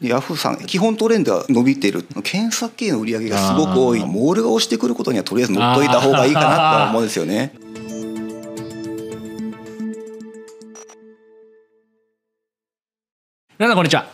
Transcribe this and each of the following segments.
ヤフーさん基本トレンドは伸びてる検索系の売り上げがすごく多いモールが押してくることにはとりあえず乗っといた方がいいかなとは思うんですよ ね。皆さんこんにちは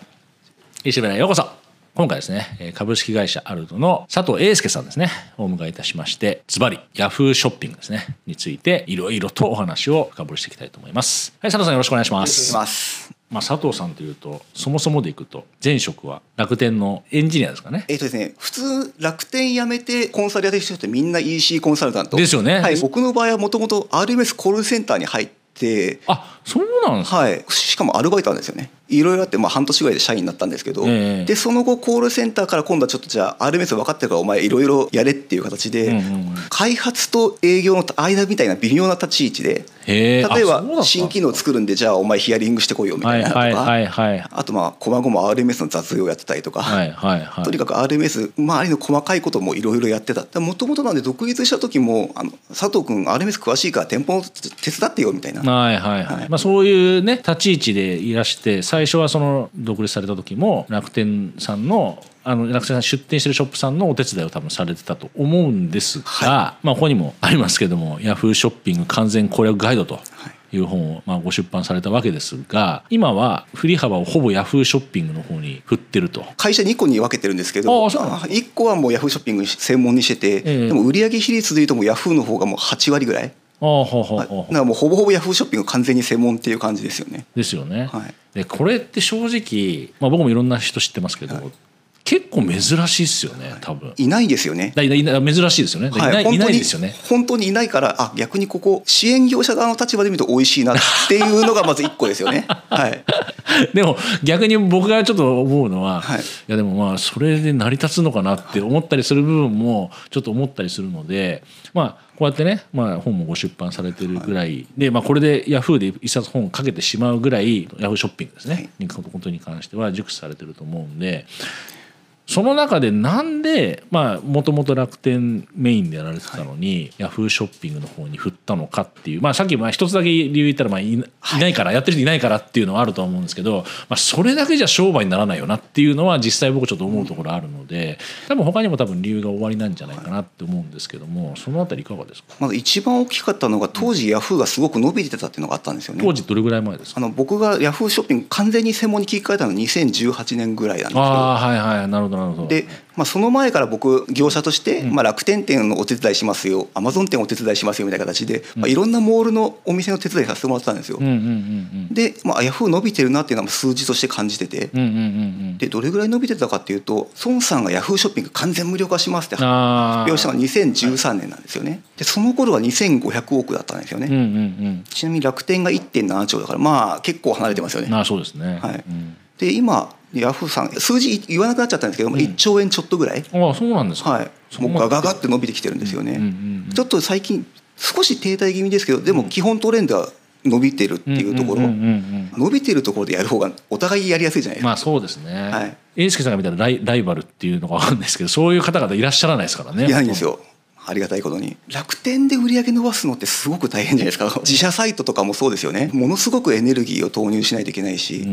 石部へようこそ今回ですねえー株式会社アルドの佐藤英介さんですねをお迎えいたしましてズバリヤフーショッピングですねについていろいろとお話を深掘りしていきたいと思いますはい佐藤さんよろしくお願いしますますまあ、佐藤さんというとそもそもでいくと前職は楽天のエンジニアですかねえっとですね、普通楽天辞めてコンサルやってる人ってみんな EC コンサルタントですよねはい、僕の場合はもともと RMS コールセンターに入ってあそうなんですかはい、しかもアルバイトなんですよねいろいろあって、まあ、半年ぐらいで社員になったんですけど、ええでその後コールセンターから今度はちょっとじゃあ RMS 分かってるからお前いろいろやれっていう形で、うんうんうん開発と営業の間みたいな微妙な立ち位置で例へえーあそうだったば新機能作るんでじゃあお前ヒアリングしてこいよみたはいいなとか、はいはいはいあとまあ細々 RMS の雑用やってたりとか、はいはいはいとにかく RMS 周りの細かいこともいろいろやってたもともとなんで独立した時もあの佐藤君 RMS 詳しいから店舗の手伝ってよみたいなはいはいはい、はいまあ、そういうね立ち位置でいらして最初はその独立された時も楽天さんのあの楽天さん出店してるショップさんのお手伝いを多分されてたと思うんですが、まあ、ここにもありますけどもヤフーショッピング完全攻略ガイドと。いう本をまあご出版されたわけですが今は振り幅をほぼヤフーショッピングの方に振ってると会社2個に分けてるんですけどああそうなんだ1個はもうヤフーショッピング専門にしてて、ええでも売上比率でいうともうヤフーの方がもう8割ぐらいああほうほうだほうほかうらもうほぼほぼヤフーショッピング完全に専門っていう感じですよねですよね、はいでこれって正直、まあ、僕もいろんな人知ってますけど、結構珍しいですよね多分いないですよねだいないだ珍しいですよね。だいない本い当ないにですよね。 本当にいないからあ逆にここ支援業者側の立場で見ると美味しいなっていうのがまず1個です よねはいでも逆に僕がちょっと思うのは、はいい、やでもまあそれで成り立つのかなって思ったりする部分もちょっと思ったりするので、まあこうやってね、まあ本もご出版されてるぐらい、で、まあこれでヤフーで一冊本をかけてしまうぐらいヤフーショッピングですね。はいにことに関しては熟知されてると思うんで。その中でなんでもともと楽天メインでやられてたのに、ヤフーショッピングの方に振ったのかっていう、まあ、さっきまあ一つだけ理由言ったらまあいな,、い、ないからやってる人いないからっていうのはあるとは思うんですけど、まあ、それだけじゃ商売にならないよなっていうのは実際僕ちょっと思うところあるので多分他にも多分理由が終わりなんじゃないかなって思うんですけどもそのあたりいかがですかまず一番大きかったのが当時ヤフーがすごく伸びてたっていうのがあったんですよね当時どれぐらい前ですかあの僕がヤフーショッピング完全に専門に切り替えたのは2018年ぐらいなんですよああーはいはいなるほどなるほど。で、まあ、その前から僕業者として、まあ、楽天店のお手伝いしますよアマゾン店お手伝いしますよみたいな形で、まあ、いろんなモールのお店の手伝いさせてもらってたんですよ、うんうんうんで、まあ、ヤフー伸びてるなっていうのは数字として感じてて、うんうんうんうんうん。でどれぐらい伸びてたかっていうと孫さんがヤフーショッピング完全無料化しますって発あ表したのが2013年なんですよねでその頃は2500億だったんですよね、うんうんうん。ちなみに楽天が1.7兆だからまあ結構離れてますよね、まあそうですね。はいうんで今ヤフーさん数字言わなくなっちゃったんですけども、1兆円ちょっとぐらい、ああそうなんですか。はい、そこもうまでガガガって伸びてきてるんですよね、うんうんうんちょっと最近少し停滞気味ですけどでも基本トレンドは伸びてるっていうところ、んんうん伸びてるところでやる方がお互いやりやすいじゃないうんですか、まあそうですね。はい英介さんが見たらライライバルっていうのがわかるんですけど、そういう方々いらっしゃらないですからね。いないんですよありがたいことに楽天で売り上げ伸ばすのってすごく大変じゃないですか自社サイトとかもそうですよねものすごくエネルギーを投入しないといけないし、うんう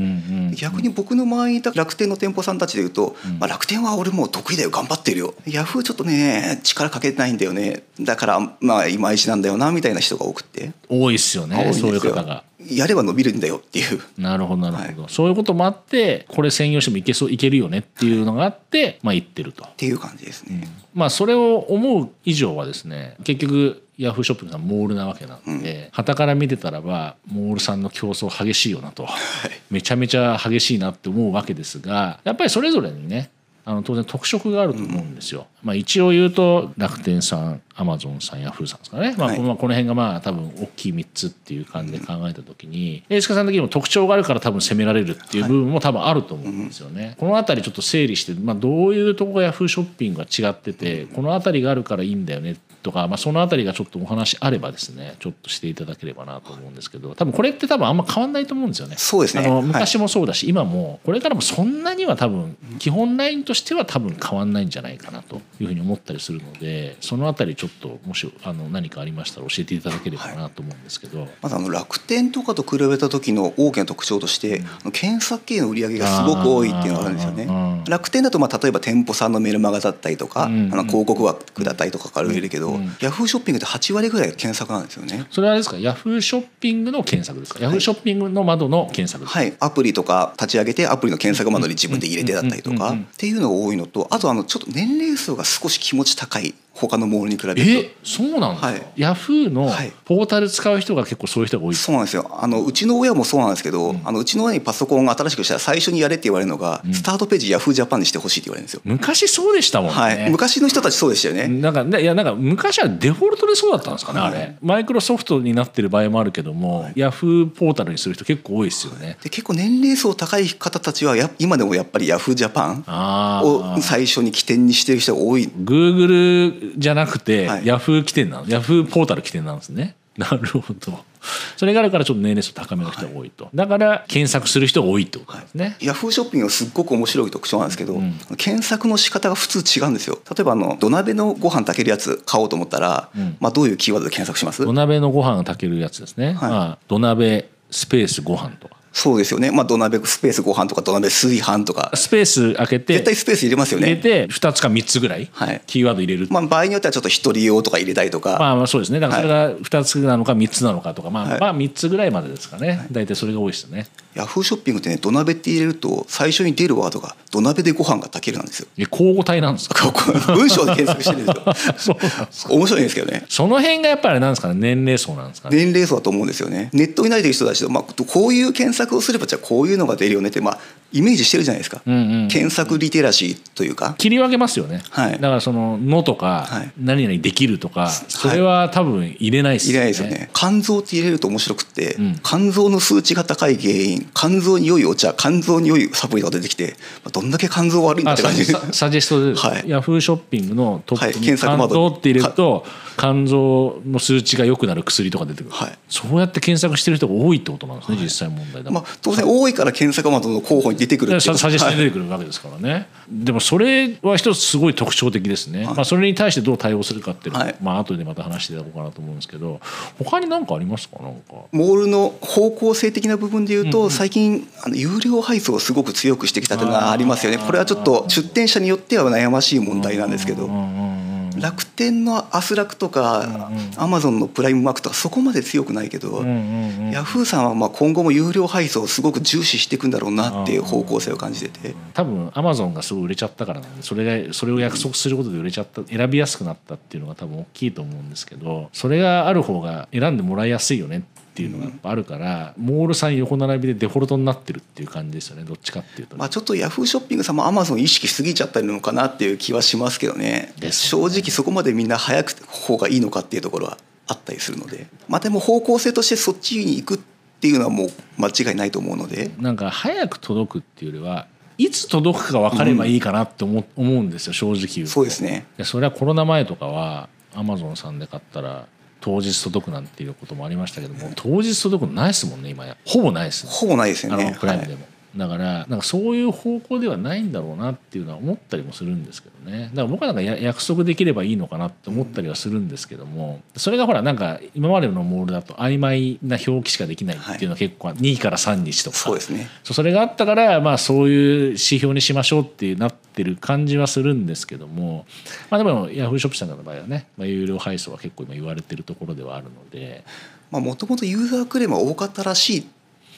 ん。逆に僕の周りにいた楽天の店舗さんたちでいうと、まあ、楽天は俺もう得意だよ頑張ってるよヤフーちょっとね力かけてないんだよねだからまあいまいちなんだよなみたいな人が多くって、多いですよ多いんね。ですそよういう方が。やれば伸びるんだよっていうなるほどなるほど、そういうこともあってこれ専用してもいけそういけるよねっていうのがあって、まあ言ってるとっていう感じですね、まあそれを思う以上はですね結局ヤフーショッピングさんモールなわけなんで傍から見てたらばモールさんの競争激しいよなと、めちゃめちゃ激しいなって思うわけですがやっぱりそれぞれにねあの当然特色があると思うんですよ。まあ一応言うと楽天さんアマゾンさんヤフーさんですかね、まあはいこのまあこの辺がまあ多分大きい3つっていう感じで考えた時に英介さん的にも特徴があるから多分攻められるっていう部分も多分あると思うんですよね。この辺りちょっと整理して、まあ、どういうとこがヤフーショッピングが違っててこの辺りがあるからいいんだよねとか、まあ、その辺りがちょっとお話あればですねちょっとしていただければなと思うんですけど多分これって多分あんま変わんないと思うんですよね。そうですねあのはい昔もそうだし、今もこれからもそんなには多分基本ラインとしては多分変わんないんじゃないかなというふうに思ったりするのでそのあたりちょっともしあの何かありましたら教えていただければなと思うんですけど、まずあの楽天とかと比べた時の大きな特徴として、あの検索系の売り上げがすごく多いっていうのがあるんですよあーあねー。楽天だとまあ例えば店舗さんのメルマガだったりとか、うんうんあの広告枠だったりとかから売れるけど、うんうんヤフーショッピングって8割ぐらいが検索なんですよね。それはあれですかヤフーショッピングの検索ですか、ヤフーショッピングの窓の検索ですか、はい、アプリとか立ち上げてアプリの検索窓に自分で入れてだったりとうんうんうんかうんうんっていうのが多いのとあとあのちょっと年齢層が少し気持ち高い他のモールに比べるとえそうなんですか、はいヤフーのはいポータル使う人が結構そういう人が多い、そうなんですよあのうちの親もそうなんですけど、あのうちの親にパソコンを新しくしたら最初にやれって言われるのが、スタートページ YahooJapan にしてほしいって言われるんですよ、昔そうでしたもんね、はい、昔の人たちそうでしたよね、なんかねいやなんか昔はデフォルトでそうだったんですかね、あれマイクロソフトになってる場合もあるけども、ヤフーポータルにする人結構多いですよね、で結構年齢層高い方たちはや今でもやっぱり YahooJapan あをあ最初に起点にしてる人が多い Google じゃなくて、はいヤフー起点なのヤフーポータル起点なんですね なるほどそれがあるからちょっと年齢層高めの人が多いと、だから検索する人が多いってことなんですね、ヤフーショッピングはすっごく面白い特徴なんですけど、検索の仕方が普通違うんですよ例えばあの土鍋のご飯炊けるやつ買おうと思ったら、まあ、どういうキーワードで検索します土鍋のご飯が炊けるやつですね、はいまあ、土鍋スペースご飯とかそうですよね、まあ、土鍋スペースご飯とか土鍋炊飯とかスペース開けて絶対スペース入れますよ入れね、て2つか3つぐらいはいキーワード入れる、まあ、場合によってはちょっと一人用とか入れたりとか、まあまあそうですねだからそれが2つなのか3つなのかとか、まあ、はいまあ3つぐらいまでですかね、大体それが多いですよねヤフーショッピングってね土鍋って入れると最初に出るワードが土鍋でご飯が炊けるなん ですよえ交互体なんですこかこ文章で検索してるんですよそうなんです面白いんですけどねその辺がやっぱりあれなんですかね年齢層なんですかね年齢層だと思うんですよねネットに慣れてる人たちと、まあ、こういう検索をすればじゃあこういうのが出るよねって、まあ、イメージしてるじゃないですか、うんうん検索リテラシーというか切り分けますよね、はいだからその「の」とか、はい何々できる」とかそれは多分入れないです入よれねないですよね肝臓って入れると面白くって、ん肝臓の数値が高い原因肝臓に良いお茶肝臓に良いサプリが出てきて、まあ、どんだけ肝臓悪いんだあってそう感じササジェストで、はいヤフーショッピングのトップに、はい検索肝窓臓って入れると肝臓の数値が良くなる薬とか出てくる、はいそうやって検索してる人が多いってことなんですね、実際問題だからまあ、当然多いから検索窓の候補に出てくるっていうササジェストではい出てくるわけですからね、でもそれは一つすごい特徴的ですね、まあ、それに対してどう対応するかっていうのは、はいまあ後でまた話していただこうかなと思うんですけど他に何かありますかなんかモールの方向性的な部分で言うと、最近あの有料配送をすごく強くしてきたというのはありますよねこれはちょっと出店者によっては悩ましい問題なんですけどうんうんうん楽天のアスラクとかアマゾンのプライムマークとかそこまで強くないけど、うんうんヤフーさんはまあ今後も有料配送をすごく重視していくんだろうなっていう方向性を感じてて、多分アマゾンがすごい売れちゃったからなんでそれがそれを約束することで売れちゃった選びやすくなったっていうのが多分大きいと思うんですけどそれがある方が選んでもらいやすいよねっていうのがやっぱあるから、モールさん横並びでデフォルトになってるっていう感じですよねどっちかっていうとね、まあ、ちょっとヤフーショッピングさんもアマゾン意識しすぎちゃったりのかなっていう気はしますけどねです正直そこまでみんな早く方がいいのかっていうところはあったりするので、まあ、でも方向性としてそっちに行くっていうのはもう間違いないと思うので。なんか早く届くっていうよりはいつ届くか分かればいいかなって思,、う思うんですよ正直言うとそうですねいやそれはコロナ前とかはアマゾンさんで買ったら当日届くなんていうこともありましたけども当日届くのないですもんね今やほぼないですねほぼないですよあのね。プライムはでいも、だからなんかそういう方向ではないんだろうなっていうのは思ったりもするんですけどねだから僕はなんかや約束できればいいのかなって思ったりはするんですけどもそれがほらなんか今までのモールだと曖昧な表記しかできないっていうのは結構2から3日とかそうですね。そうそれがあったから、まあ、そういう指標にしましょうってなってる感じはするんですけども、まあ、でもヤフーショップさんの場合はね、まあ、有料配送は結構今言われてるところではあるのでまあ、もともとユーザークレームは多かったらしいっ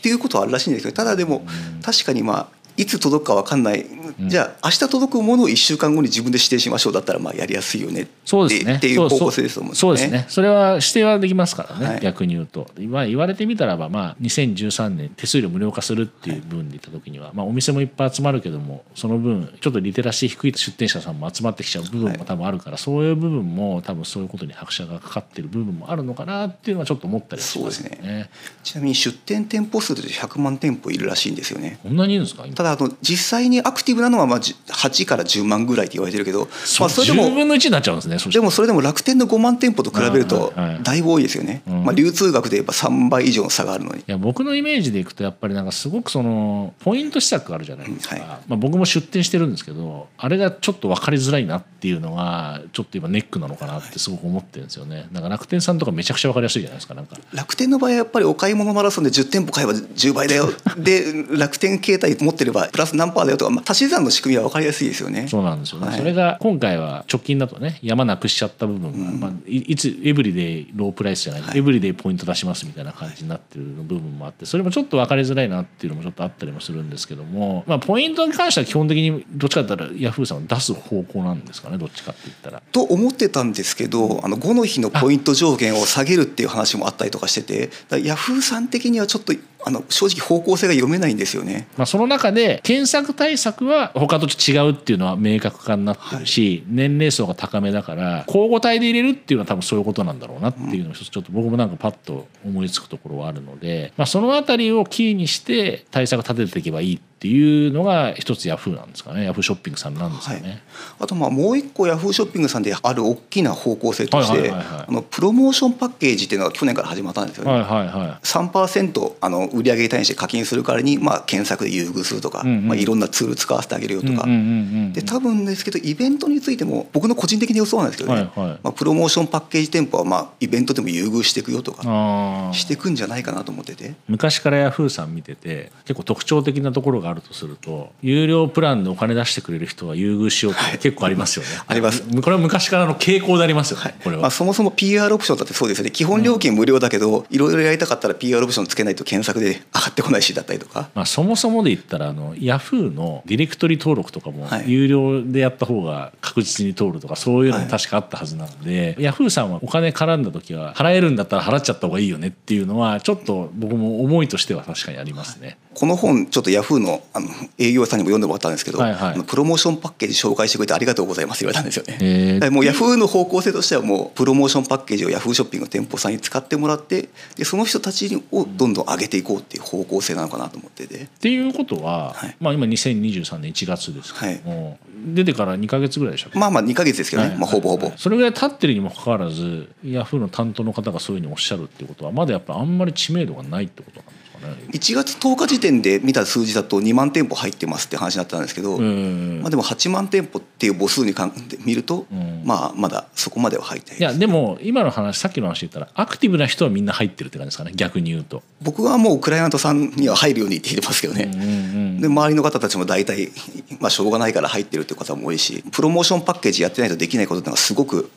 ていうことはあるらしいんですけどただでも確かにまあいつ届くか分かんない、じゃあ明日届くものを1週間後に自分で指定しましょうだったらまあやりやすいよねってそうですねっていうそう方向性ですと思うんですそようね。ですねそれは指定はできますからね、はい逆に言うと今言われてみたらば、まあ、2013年手数料無料化するっていう分で言った時には、まあ、お店もいっぱい集まるけどもその分ちょっとリテラシー低い出店者さんも集まってきちゃう部分も多分あるから、そういう部分も多分そういうことに拍車がかかってる部分もあるのかなっていうのはちょっと思ったりはしますよそうね。ちなみに出店店舗数で100万店舗いるらしいんですよね。こんなにいるんですか今ただあの実際にアクティブなのはまあじ8から10万ぐらいって言われてるけど、まあ、それで10も分の1になっちゃうんですねそしでてもそれでも楽天の5万店舗と比べるとはいはいだいぶ多いですよね、うんまあ、流通額で言えば3倍以上の差があるのにいや僕のイメージでいくとやっぱりなんかすごくそのポイント施策あるじゃないですか、うんまあ、僕も出店してるんですけどあれがちょっと分かりづらいなっていうのがちょっと今ネックなのかなってすごく思ってるんですよねなんか楽天さんとかめちゃくちゃ分かりやすいじゃないですかなんか楽天の場合はやっぱりお買い物マラソンで10店舗買えば10倍だよで楽天携帯持ってればプラス何パーだよとか、まあ、足し算の仕組みは分かりやすいですよねそうなんですよね、はいそれが今回は直近だとね山なくしちゃった部分が、まあ、いいつエブリデイロープライスじゃない、エブリデイポイント出しますみたいな感じになってる部分もあってそれもちょっと分かりづらいなっていうのもちょっとあったりもするんですけども、まあ、ポイントに関しては基本的にどっちかだったらヤフーさんを出す方向なんですかねどっちかって言ったら。と思ってたんですけどあの5の日のポイント上限を下げるっていう話もあったりとかしててだヤフーさん的にはちょっとあの正直方向性が読めないんですよね。まあ、その中で検索対策は他と違うっていうのは明確化になってるし、年齢層が高めだから交互体で入れるっていうのは多分そういうことなんだろうなっていうのを一つちょっと僕もなんかパッと思いつくところはあるので、まあ、そのあたりをキーにして対策立てていけばいいっていうのが一つヤフーなんですかねヤフーショッピングさんなんですかね。はいあとまあもう一個ヤフーショッピングさんである大きな方向性としはいてはいはいはいあのプロモーションパッケージっていうのが去年から始まったんですよね。はいはいは3%あの売上に対して課金する代わりに、まあ、検索で優遇するとか、うんうんまあ、いろんなツール使わせてあげるよい。とか、うんうんうんで多分ですけどイベントについても僕の個人的な予想なんですけうどんね、はいはい。まあ、プロモーションパッケージ店舗は、まあ、イベントでも優遇していくよとかあーしていくんじゃないかなと思ってて。昔からヤフーさん見てて結構特徴的なところがあるとすると有料プランでお金出してくれる人は優遇しようって結構ありますよね、ありますこれは昔からの傾向でありますよね、これは、まあ、そもそも PR オプションだってそうですよね基本料金無料だけど、いろいろやりたかったら PR オプションつけないと検索で上がってこないしだったりとかまあ、そもそもで言ったらあのヤフーのディレクトリ登録とかもはい有料でやった方が確実に通るとかそういうのも確かあったはずなので、ヤフーさんはお金絡んだ時は払えるんだったら払っちゃった方がいいよねっていうのはちょっと僕も思いとしては確かにありますね。この本ちょっとヤフーのあの営業さんにも読んでもらったんですけど、はいはいあのプロモーションパッケージ紹介してくれてありがとうございますって言われたんですよね。えーだからもうヤフーの方向性としてはもうプロモーションパッケージをヤフーショッピングの店舗さんに使ってもらってでその人たちをどんどん上げていこうっていう方向性なのかなと思っててっていうことは、はいまあ、今2023年1月ですけども、出てから2か月ぐらいでしたっけまあまあ2ヶ月ですけどね、はいまあ、ほぼほぼそれぐらい経ってるにもかかわらずヤフーの担当の方がそういうふうにおっしゃるっていうことはまだやっぱあんまり知名度がないってことなんですかね。 1月10日時点で見た数字だと2万店舗入ってますって話だったんですけど、うんまあ、でも8万店舗っていう母数にかんで見ると、うんまあまだそこまでは入ってないいやでも今の話さっきの話で言ったらアクティブな人はみんな入ってるって感じですかね逆に言うと。僕はもうクライアントさんには入るようにって言ってますけどね、うんうんで周りの方たちも大体、 まあ、しょうがないから入ってるっていう方も多いしプロモーションパッケージやってないとできないことってのがすごく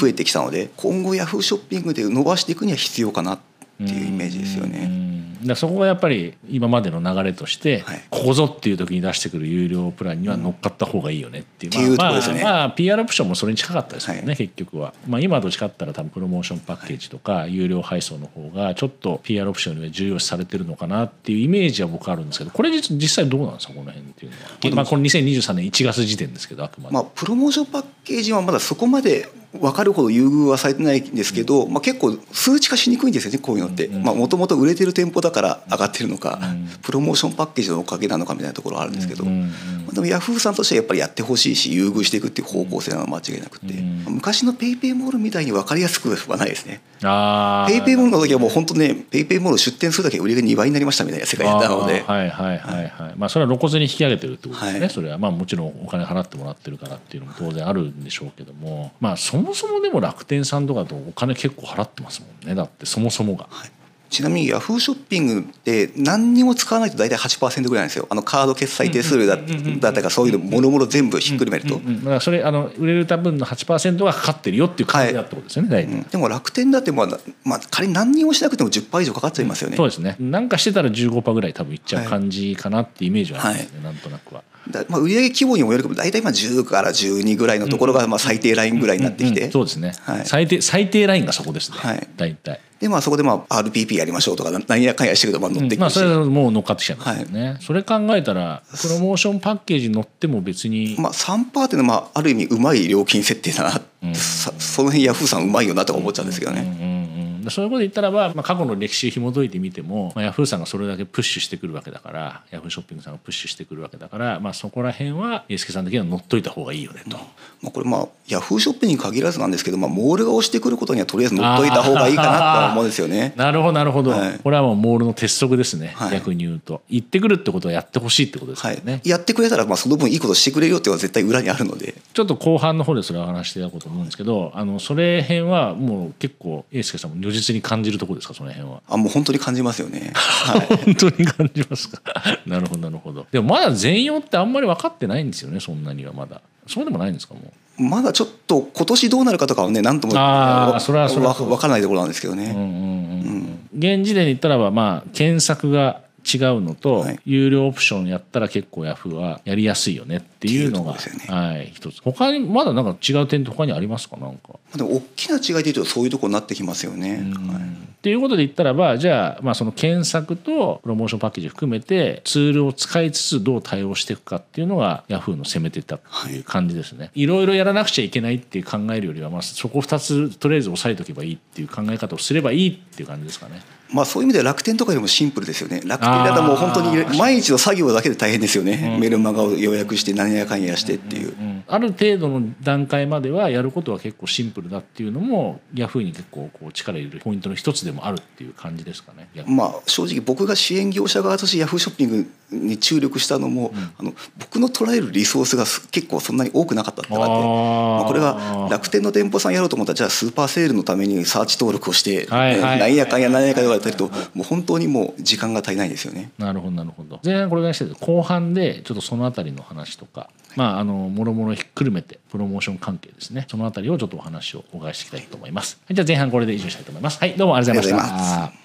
増えてきたので、今後ヤフーショッピングで伸ばしていくには必要かなっていうイメージですようね。んだからそこがやっぱり今までの流れとして、はいここぞっていう時に出してくる有料プランには乗っかった方がいいよねっていう,、っていうとこまあですよねまあまあ PR オプションもそれに近かったですよね、は結局は、まあ、今はどっちかって言ったら多分プロモーションパッケージとか有料配送の方がちょっと PR オプションよりは重要視されてるのかなっていうイメージは僕あるんですけどこれ実実際どうなんですかこの辺っていうのは、まあ、この2023年1月時点ですけどあくまで。まあ、プロモーションパッケージはまだそこまで分かるほど優遇はされてないんですけど、まあ、結構数値化しにくいんですよねこういうのってうんうんもともと売れてる店舗だから上がってるのか、うんプロモーションパッケージのおかげなのかみたいなところはあるんですけど、うんうんまあでもヤフーさんとしてはやっぱりやってほしいし優遇していくっていう方向性なのは間違いなくて、うん昔の PayPay ペイペイモールみたいに分かりやすくはないですねあ PayPay ーペイペイモールの時はもう本当ね PayPay ペイペイモール出店するだけで売り上げ2倍になりましたみたいな世界だったのであーはいはいはいはい。まあそれは露骨に引き上げてるってことですね。はいそれはまあもちろんお金払ってもらってるからっていうのも当然あるんでしょうけども、まあそもそもでも楽天さんとかだとお金結構払ってますもんね。だってそもそもが。ちなみにヤフーショッピングって何にも使わないと大体8%ぐらいなんですよあのカード決済手数料だだったかそういうのもろもろ全部ひっくるめるとう。ん、だからそれあの売れるた分の8%がかかってるよっていう感じだってことですよね。大体。うんでも楽天だってまあ、まあ、仮に何にもしなくても10%以上かかっちゃいますよねそうですね。なんかしてたら15%ぐらい多分いっちゃう感じかなってイメージはありますね。なんとなくは。だまあ、売上規模にもよるけど大体まあ10から12ぐらいのところがまあ最低ラインぐらいになってきうんうてんそうですね、はい最低最低ラインがそこですね。はい大体。でまあそこでまあ RPP やりましょうとか何やかんやしてるとまあ乗ってうんくまあるしそれはもう乗っかってきちゃいますよね、それ考えたらプロモーションパッケージに乗っても別に、まあ3%っていうのはまあある意味うまい料金設定だなうんさその辺ヤフーさんうまいよなとか思っちゃうんですけどうんねうんうんうん、そういうこと言ったらば、まあ、過去の歴史を紐解いてみても、まあ、ヤフーさんがそれだけプッシュしてくるわけだからヤフーショッピングさんがプッシュしてくるわけだから、まあ、そこら辺は英介さん的には乗っといた方がいいよねと。まあ、これまあヤフーショップに限らずなんですけど、まあ、モールが押してくることにはとりあえず乗っといた方がいいかなとは思うんですよね。なるほどなるほど、はいこれはもうモールの鉄則ですね、はい逆に言うと言ってくるってことはやってほしいってことです はよいね、、やってくれたらまあその分いいことしてくれるよっていうのは絶対裏にあるのでちょっと後半の方でそれは話していただこうと思うんですけどあのそれ辺はもう結構英介さんも如実に感じるところですかその辺は。あもう本当に感じますよ ね。はい本当に感じますか なるほどなるほどでもまだ全容ってあんまり分かってないんですよねそんなにはまだそうでもないんですかもうまだちょっと今年どうなるかとかはね何ともあーそれはそれはわわからないところなんですけどうんうね、んうん現時点で言ったらばまあ検索が違うのと、はい有料オプションやったら結構ヤフーはやりやすいよねっていうのがっていうとこですはい一つ他にまだなんか違う点って他にありますかなんかまあでも大きな違いでいうとそういうところになってきますよね。はいっていうことで言ったらばじゃあ,、まあその検索とプロモーションパッケージ含めてツールを使いつつどう対応していくかっていうのがヤフーの攻めてたっていう感じですね、い、ろいろやらなくちゃいけないっていう考えるよりは、まあ、そこ2つとりあえず押さえとけばいいっていう考え方をすればいいっていう感じですかねまあ、そういう意味では楽天とかよりもシンプルですよね楽天だともう本当あーに毎日の作業だけで大変ですよね、うんメルマガを予約して何やかんやしてっていう、ある程度の段階まではやることは結構シンプルだっていうのもヤフーに結構こう力入れるポイントの一つでもあるっていう感じですかね。逆にまあ正直僕が支援業者側としてヤフーショッピングに注力したのも、あの僕の捉えるリソースがす結構そんなに多くなかったってのがあってあーまあこれが楽天の店舗さんやろうと思ったらじゃあスーパーセールのためにサーチ登録をして、はいはい何やかんや何やかんや言われたりともう本当にもう時間が足りないですよね。なるほどなるほど前半これぐらいしてて後半でちょっとそのあたりの話とかまああのもろもろひっくるめてプロモーション関係ですねそのあたりをちょっとお話をお伺いしていきたいと思います、はい、じゃあ前半これで以上したいと思いますはいどうもありがとうございあまりしがとうございた